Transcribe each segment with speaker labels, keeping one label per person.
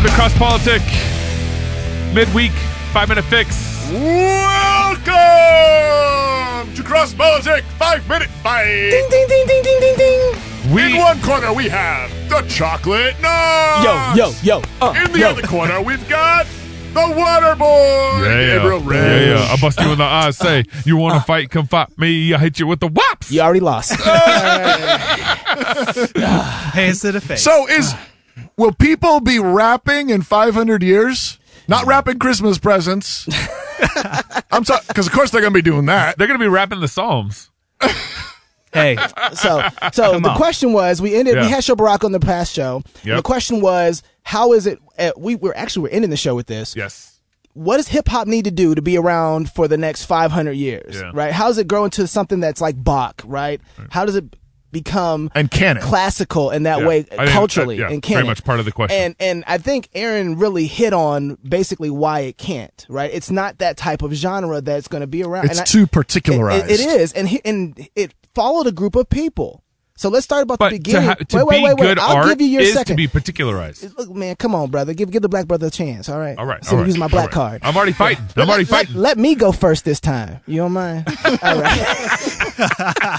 Speaker 1: Podcast Politic midweek five minute fix.
Speaker 2: Welcome to Cross Politic Five Minute Fight.
Speaker 3: ding, ding, ding, ding, ding, ding.
Speaker 1: We
Speaker 2: In one corner we have the chocolate
Speaker 3: Yo,
Speaker 2: nuts.
Speaker 3: yo, yo. Uh,
Speaker 2: In the
Speaker 3: yo.
Speaker 2: other corner we've got the water boy, Gabriel
Speaker 1: yeah,
Speaker 2: Red.
Speaker 1: yeah. I bust you in the eye. Say you want to fight? Come fight me. I hit you with the whops.
Speaker 3: You already lost.
Speaker 4: Hands to the face.
Speaker 2: So is will people be rapping in 500 years? Not wrapping Christmas presents. I'm sorry, because of course they're gonna be doing that.
Speaker 1: They're gonna be rapping the Psalms.
Speaker 4: hey,
Speaker 3: so, so the
Speaker 4: on.
Speaker 3: question was, we ended.
Speaker 1: Yeah.
Speaker 3: We had Show Barack on the past show.
Speaker 1: Yep.
Speaker 3: The question was, how is it? Uh, we were actually we're ending the show with this.
Speaker 1: Yes.
Speaker 3: What does hip hop need to do to be around for the next 500 years?
Speaker 1: Yeah.
Speaker 3: Right? How does it grow into something that's like Bach? Right? How does it become
Speaker 2: And can it?
Speaker 3: classical in that
Speaker 1: Yeah. I
Speaker 3: way
Speaker 1: didn't- uh,
Speaker 3: culturally
Speaker 1: yeah,
Speaker 3: and can
Speaker 1: very
Speaker 3: it?
Speaker 1: much part of the question.
Speaker 3: and and I think Aaron really hit on basically why it can't right it's not that type of genre that's going to be around
Speaker 2: It's
Speaker 3: and I-
Speaker 2: too
Speaker 3: it-
Speaker 2: particularized.
Speaker 3: it- it is and he, and it followed a group of people so let's start about
Speaker 1: But
Speaker 3: the
Speaker 1: to,
Speaker 3: beginning
Speaker 1: ha- to
Speaker 3: wait
Speaker 1: be
Speaker 3: wait wait wait
Speaker 1: good
Speaker 3: I'll
Speaker 1: art
Speaker 3: give you your
Speaker 1: is
Speaker 3: second
Speaker 1: to be particularized.
Speaker 3: Look, man come on brother give give the black brother a chance all right
Speaker 1: All right.
Speaker 3: so
Speaker 1: all right,
Speaker 3: use my
Speaker 1: all
Speaker 3: black
Speaker 1: right.
Speaker 3: card
Speaker 1: I'm already fighting. I'm already
Speaker 3: let,
Speaker 1: fighting.
Speaker 3: let me go first this time. You don't mind? All right.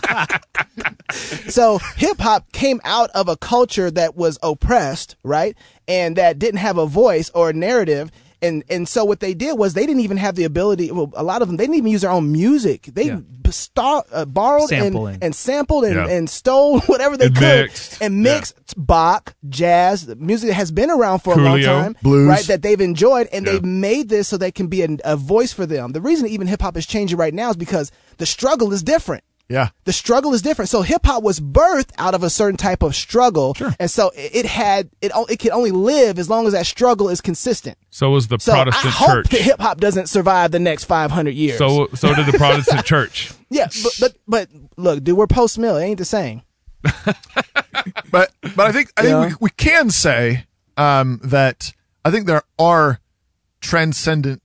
Speaker 3: so hip hop came out of a culture that was oppressed, right? And that didn't have a voice or a narrative. And, and so what they did was they didn't even have the ability. Well, a lot of them they didn't even use their own music. They
Speaker 4: Yeah.
Speaker 3: b- star, uh, borrowed
Speaker 4: Sampling.
Speaker 3: and and sampled and,
Speaker 1: Yeah.
Speaker 3: and stole whatever they
Speaker 1: And
Speaker 3: could
Speaker 1: mixed.
Speaker 3: and mixed Bach, jazz, the music that has been around for a long
Speaker 1: Coolio.
Speaker 3: time,
Speaker 2: Blues.
Speaker 3: right? That they've enjoyed and
Speaker 1: Yeah.
Speaker 3: they've made this so they can be a, a voice for them. The reason even hip hop is changing right now is because the struggle is different.
Speaker 2: Yeah.
Speaker 3: The struggle is different. So hip hop was birthed out of a certain type of struggle, and so it, it had it. o- It can only live as long as that struggle is consistent.
Speaker 1: So was the
Speaker 3: So I
Speaker 1: Protestant
Speaker 3: hope that
Speaker 1: church.
Speaker 3: hip hop doesn't survive the next five hundred years.
Speaker 1: So so did the Protestant church.
Speaker 3: yeah, but but, but look, dude, we're post mill. It ain't the same.
Speaker 2: but but I think I think
Speaker 3: Yeah.
Speaker 2: we, we can say um, that I think there are transcendent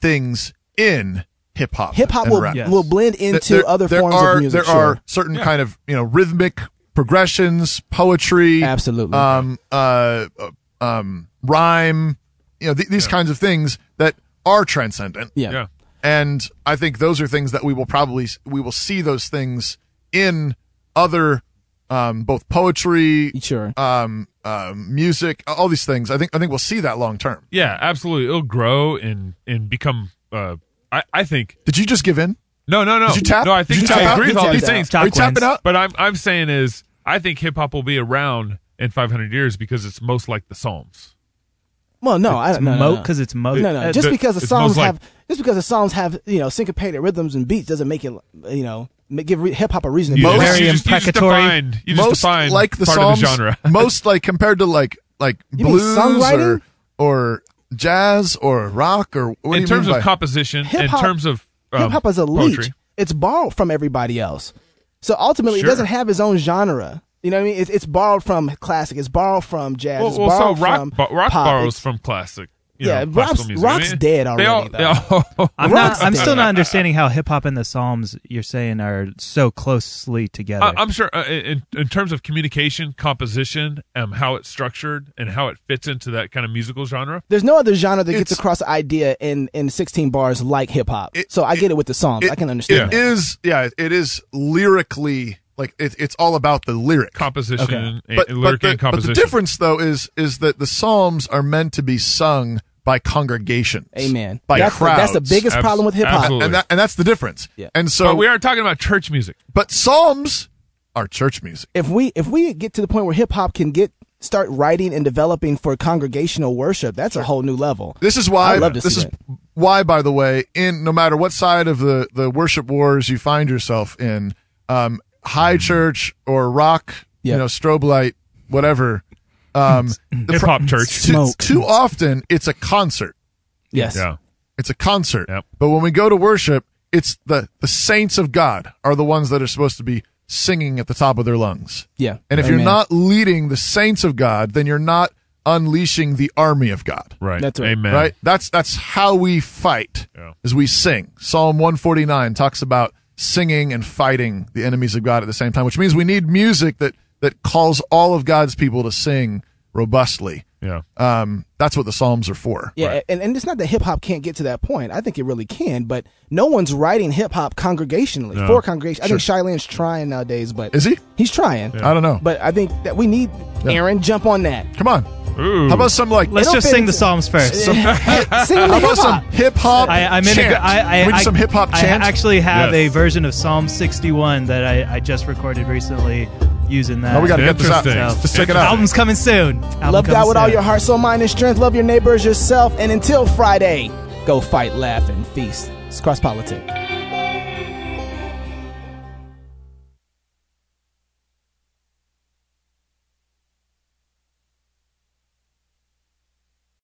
Speaker 2: things in hip hop.
Speaker 3: Hip hop
Speaker 2: and
Speaker 3: will
Speaker 2: rap.
Speaker 4: Yeah.
Speaker 3: will blend into
Speaker 2: There-
Speaker 3: other
Speaker 2: there
Speaker 3: forms
Speaker 2: are,
Speaker 3: of music.
Speaker 2: There
Speaker 3: sure.
Speaker 2: are certain kind of you know rhythmic progressions, poetry,
Speaker 3: Absolutely.
Speaker 2: um, uh, uh, um, rhyme, you know th- these kinds of things that are transcendent.
Speaker 3: yeah.
Speaker 1: Yeah.
Speaker 2: And I think those are things that we will probably we will see those things in other um, both poetry,
Speaker 3: Sure.
Speaker 2: um, um, music, all these things. I think I think we'll see that long term.
Speaker 1: Yeah, absolutely. It'll grow and and become. Uh, I I think
Speaker 2: Did you just give in?
Speaker 1: no no no.
Speaker 2: Did you tap?
Speaker 1: No, I
Speaker 2: Did you
Speaker 1: think
Speaker 2: tap
Speaker 1: I
Speaker 2: out?
Speaker 1: agree with
Speaker 3: You
Speaker 1: all
Speaker 3: tapped
Speaker 1: these
Speaker 3: out.
Speaker 1: things.
Speaker 2: Are you
Speaker 4: Top
Speaker 2: tapping
Speaker 4: wins.
Speaker 2: out?
Speaker 1: But I'm I'm saying is I think hip hop will be around in 500 years because it's most like the Psalms.
Speaker 3: well, no, Oh, I don't know.
Speaker 4: Moat because it's moat.
Speaker 3: No, no.
Speaker 4: Uh,
Speaker 3: Just
Speaker 1: the-
Speaker 3: because the
Speaker 1: it's
Speaker 3: songs
Speaker 1: most like-
Speaker 3: have just because the songs have you know syncopated rhythms and beats doesn't make it you know ma- give re- hip hop a reason to
Speaker 1: You
Speaker 2: Most-
Speaker 3: be
Speaker 1: just-
Speaker 3: around.
Speaker 4: Very
Speaker 1: you just, you just
Speaker 4: imprecatory.
Speaker 1: defined- you just
Speaker 2: most
Speaker 1: defined
Speaker 2: like the
Speaker 1: part
Speaker 2: Psalms,
Speaker 1: of the genre.
Speaker 2: most like compared to like like
Speaker 3: You mean
Speaker 2: blues
Speaker 3: songwriting?
Speaker 2: or or jazz or rock or what do
Speaker 1: in
Speaker 2: you
Speaker 1: terms
Speaker 2: mean
Speaker 1: of
Speaker 2: by-
Speaker 1: composition, in
Speaker 3: Hip-hop-
Speaker 1: terms of um,
Speaker 3: hip hop is a leech.
Speaker 1: poetry.
Speaker 3: It's borrowed from everybody else. So ultimately,
Speaker 1: Sure.
Speaker 3: it doesn't have its own genre. You know what I mean? It's, it's borrowed from classic. It's borrowed from jazz.
Speaker 1: Well,
Speaker 3: it's
Speaker 1: well,
Speaker 3: borrowed
Speaker 1: so rock,
Speaker 3: from
Speaker 1: bo- rock
Speaker 3: pop.
Speaker 1: borrows from classic. You
Speaker 3: Yeah,
Speaker 1: know,
Speaker 3: rock's-
Speaker 1: classical music.
Speaker 3: rock's dead
Speaker 1: They all,
Speaker 3: already,
Speaker 1: they all-
Speaker 4: I'm,
Speaker 3: Rock's
Speaker 4: not, I'm
Speaker 3: dead.
Speaker 4: still not understanding how hip hop and the Psalms you're saying are so closely together.
Speaker 1: I, I'm sure uh, in, in terms of communication, composition, um, how it's structured, and how it fits into that kind of musical genre.
Speaker 3: There's no other genre that gets
Speaker 2: It's-
Speaker 3: across the idea in, in 16 bars like hip hop.
Speaker 2: It-
Speaker 3: So I get it with the songs.
Speaker 2: It-
Speaker 3: I can understand
Speaker 2: It
Speaker 3: that.
Speaker 2: is, yeah, it is lyrically like it, it's all about the lyric.
Speaker 1: Composition,
Speaker 4: Okay.
Speaker 1: and,
Speaker 2: but,
Speaker 1: and lyric
Speaker 2: but the,
Speaker 1: and
Speaker 2: but the
Speaker 1: composition.
Speaker 2: difference though is is that the Psalms are meant to be sung by congregations.
Speaker 3: Amen.
Speaker 2: By
Speaker 3: that's, the,
Speaker 2: crowds.
Speaker 3: that's the biggest
Speaker 1: Abs-
Speaker 3: problem with hip hop.
Speaker 1: absolutely.
Speaker 2: and that, and that's the difference.
Speaker 3: Yeah.
Speaker 2: And so
Speaker 1: but we are talking about church music.
Speaker 2: But psalms are church music.
Speaker 3: if we if we get to the point where hip hop can get start writing and developing for congregational worship, that's a whole new level.
Speaker 2: This is why.
Speaker 3: I'd love to
Speaker 2: this
Speaker 3: see
Speaker 2: is
Speaker 3: that.
Speaker 2: why, by the way, in no matter what side of the the worship wars you find yourself in, um, high
Speaker 1: Mm-hmm.
Speaker 2: church or rock,
Speaker 3: Yep.
Speaker 2: you know, strobe light, whatever. Um, the
Speaker 1: Hip
Speaker 2: pro-
Speaker 1: hop church.
Speaker 2: too-
Speaker 3: Smoke.
Speaker 2: too often, it's a concert.
Speaker 3: Yes.
Speaker 1: Yeah.
Speaker 2: It's a concert.
Speaker 1: Yep.
Speaker 2: But when we go to worship, it's the the saints of God are the ones that are supposed to be singing at the top of their lungs.
Speaker 3: Yeah.
Speaker 2: And if
Speaker 3: Amen.
Speaker 2: you're not leading the saints of God, then you're not unleashing the army of God.
Speaker 1: Right.
Speaker 3: That's right.
Speaker 1: Amen.
Speaker 2: Right? That's that's how we fight
Speaker 1: Yeah.
Speaker 2: is we sing. Psalm 149 talks about singing and fighting the enemies of God at the same time, which means we need music that that calls all of God's people to sing robustly
Speaker 1: Yeah.
Speaker 2: Um, that's what the Psalms are for.
Speaker 3: Yeah,
Speaker 1: Right.
Speaker 3: and, and it's not that hip hop can't get to that point. I think it really can, but no one's writing hip hop congregationally
Speaker 1: No.
Speaker 3: for congregation. I think Shylin's trying nowadays, but
Speaker 2: Is he?
Speaker 3: he's trying.
Speaker 2: I don't know.
Speaker 3: But I think that we need Aaron jump on that.
Speaker 2: Come on.
Speaker 1: Ooh.
Speaker 2: How about some like
Speaker 4: Let's
Speaker 3: It'll
Speaker 4: just
Speaker 3: fit
Speaker 4: sing the
Speaker 3: into-
Speaker 4: Psalms first.
Speaker 3: Sing him
Speaker 2: how
Speaker 3: the
Speaker 2: about
Speaker 3: hip
Speaker 2: some
Speaker 3: hop.
Speaker 2: hip hop?
Speaker 4: I, I'm in a,
Speaker 2: chant?
Speaker 4: good- I, I,
Speaker 2: we need
Speaker 4: I-
Speaker 2: some hip hop
Speaker 4: I
Speaker 2: chant.
Speaker 4: actually have
Speaker 1: Yes.
Speaker 4: a version of Psalm 61 that I, I just recorded recently using that.
Speaker 2: Oh, we got to get this out.
Speaker 1: Interesting.
Speaker 2: Let's check it out.
Speaker 4: Album's coming soon. Album
Speaker 3: Love
Speaker 4: coming
Speaker 3: God with all
Speaker 4: soon.
Speaker 3: your heart, soul, mind, and strength. Love your neighbors, yourself, and until Friday, go fight, laugh, and feast. It's cross politics.